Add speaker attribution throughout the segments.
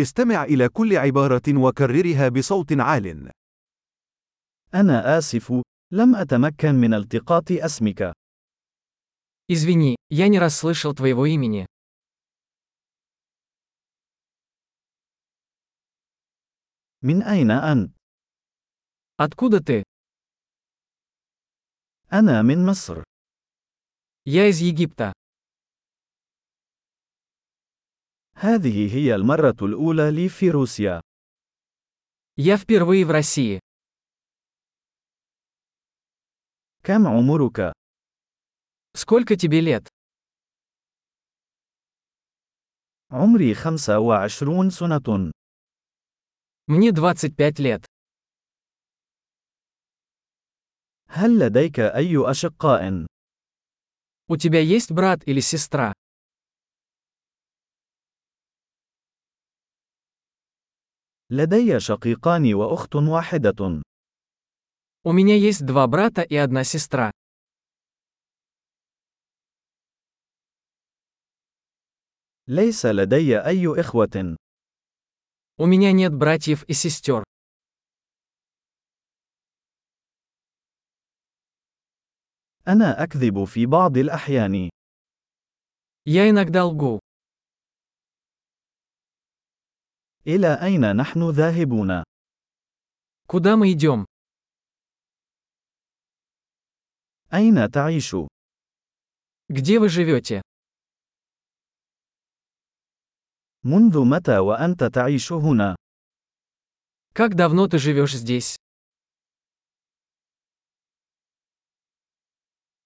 Speaker 1: استمع إلى كل عبارة وكررها بصوت عال.
Speaker 2: أنا آسف، لم أتمكن من التقاط اسمك.
Speaker 3: Извини, я не расслышал твоего имени.
Speaker 2: من أين أنت؟
Speaker 3: Откуда ты?
Speaker 2: أنا من مصر.
Speaker 3: Я из Египта.
Speaker 2: هذه هي المرة الأولى لي في روسيا.
Speaker 3: Я впервые в России.
Speaker 2: كم عمرك؟
Speaker 3: Сколько тебе лет?
Speaker 2: عمري 25 سنة.
Speaker 3: Мне 25 лет.
Speaker 2: هل لديك أي أشقاء؟
Speaker 3: У тебя есть брат или сестра?
Speaker 2: لدي شقيقان وأخت واحدة.
Speaker 3: У меня есть два брата и одна сестра.
Speaker 2: ليس لدي أي إخوة.
Speaker 3: У меня нет братьев и сестер.
Speaker 2: أنا أكذب في بعض الأحيان.
Speaker 3: Я иногда лгу.
Speaker 2: إلى أين نحن ذاهبون؟
Speaker 3: Куда мы идем?
Speaker 2: أين تعيش؟
Speaker 3: Где вы живете?
Speaker 2: منذ متى وأنت تعيش هنا؟
Speaker 3: Как давно ты живешь здесь?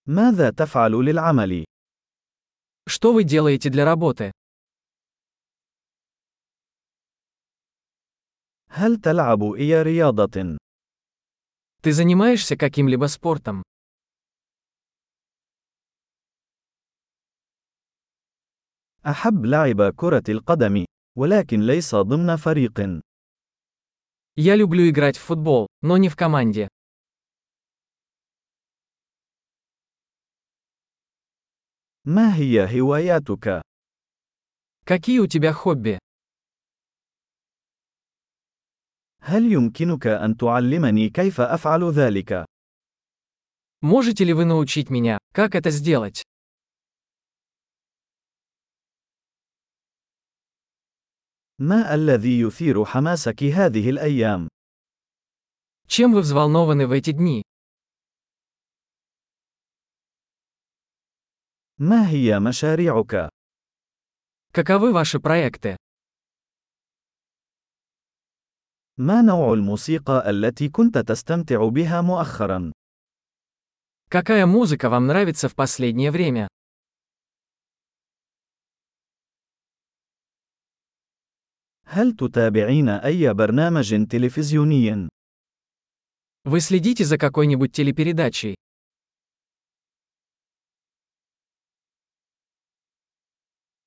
Speaker 2: ماذا تفعل للعمل؟
Speaker 3: Что вы делаете для работы?
Speaker 2: هل تلعب أي رياضة؟
Speaker 3: Ты занимаешься каким-либо спортом?
Speaker 2: أحب لعب كرة القدم، ولكن ليس ضمن فريق.
Speaker 3: Я люблю играть в футбол, но не в команде.
Speaker 2: ما هي هواياتك؟
Speaker 3: Какие у тебя хобби?
Speaker 2: هل يمكنك أن تعلمني كيف أفعل ذلك؟
Speaker 3: Можете ли вы научить меня, как это сделать?
Speaker 2: ما الذي يثير حماسك هذه الأيام؟
Speaker 3: Чем вы взволнованы в эти дни?
Speaker 2: ما هي مشاريعك؟
Speaker 3: Каковы ваши проекты?
Speaker 2: ما نوع الموسيقى التي كنت تستمتع بها مؤخرا؟
Speaker 3: Какая музыка вам нравится в последнее время?
Speaker 2: هل تتابعين أي برنامج تلفزيوني؟
Speaker 3: Вы следите за какой-нибудь телепередачей?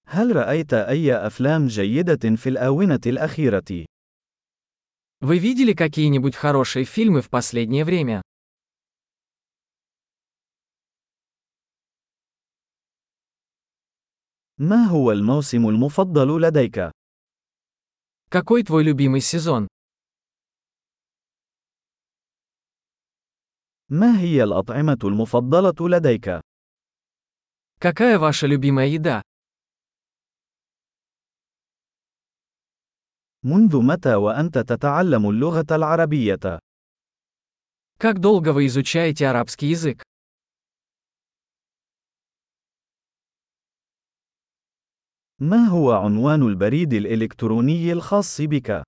Speaker 2: هل رأيت أي أفلام جيدة في الآونة الأخيرة؟
Speaker 3: Вы видели какие-нибудь хорошие фильмы в последнее время?
Speaker 2: ما هو الموسم المفضل لديك؟
Speaker 3: Какой твой любимый сезон?
Speaker 2: ما هي الأطعمة المفضلة لديك؟
Speaker 3: Какая ваша любимая еда?
Speaker 2: منذ متى وأنت تتعلم اللغة العربية؟
Speaker 3: Как долго вы изучаете арабский язык?
Speaker 2: ما هو عنوان البريد الإلكتروني الخاص بك؟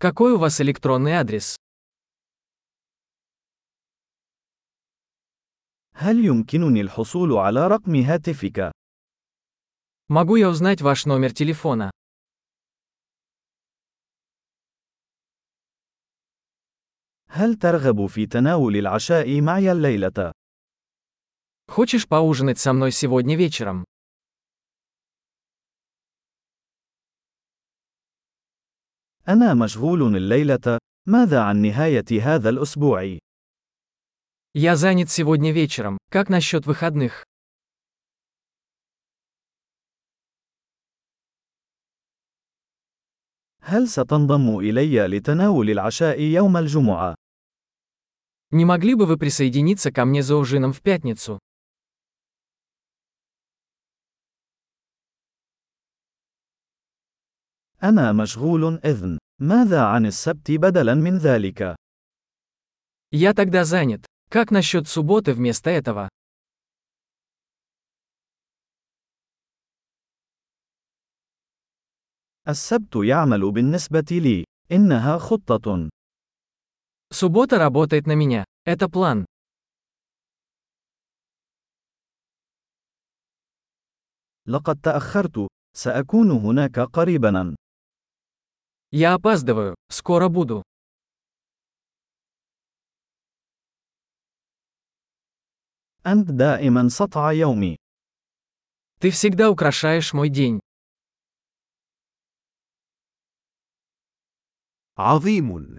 Speaker 3: Какой у вас электронный адрес?
Speaker 2: هل يمكنني الحصول على رقم هاتفك؟
Speaker 3: Могу я узнать ваш номер телефона?
Speaker 2: هل ترغب في تناول العشاء معي الليلة؟
Speaker 3: Хочешь поужинать со мной сегодня вечером?
Speaker 2: أنا مشغول الليلة، ماذا عن نهاية هذا الأسبوع؟
Speaker 3: Я занят сегодня вечером. Как насчет выходных?
Speaker 2: هل ستنضم إلي لتناول العشاء يوم الجمعة؟
Speaker 3: Не могли бы вы присоединиться ко мне за ужином в пятницу?
Speaker 2: أنا مشغول إذن. ماذا عن السبت بدلاً من ذلك؟
Speaker 3: Я тогда занят. Как насчет субботы вместо этого?
Speaker 2: السبت يعمل بالنسبة لي. إنها خطة.
Speaker 3: Суббота работает на меня. Это план.
Speaker 2: لقد تأخرت. سأكون هناك قريباً.
Speaker 3: Я опаздываю. Скоро буду.
Speaker 2: أنت دائماً سطع يومي.
Speaker 3: Ты всегда украшаешь мой день.
Speaker 1: عظيم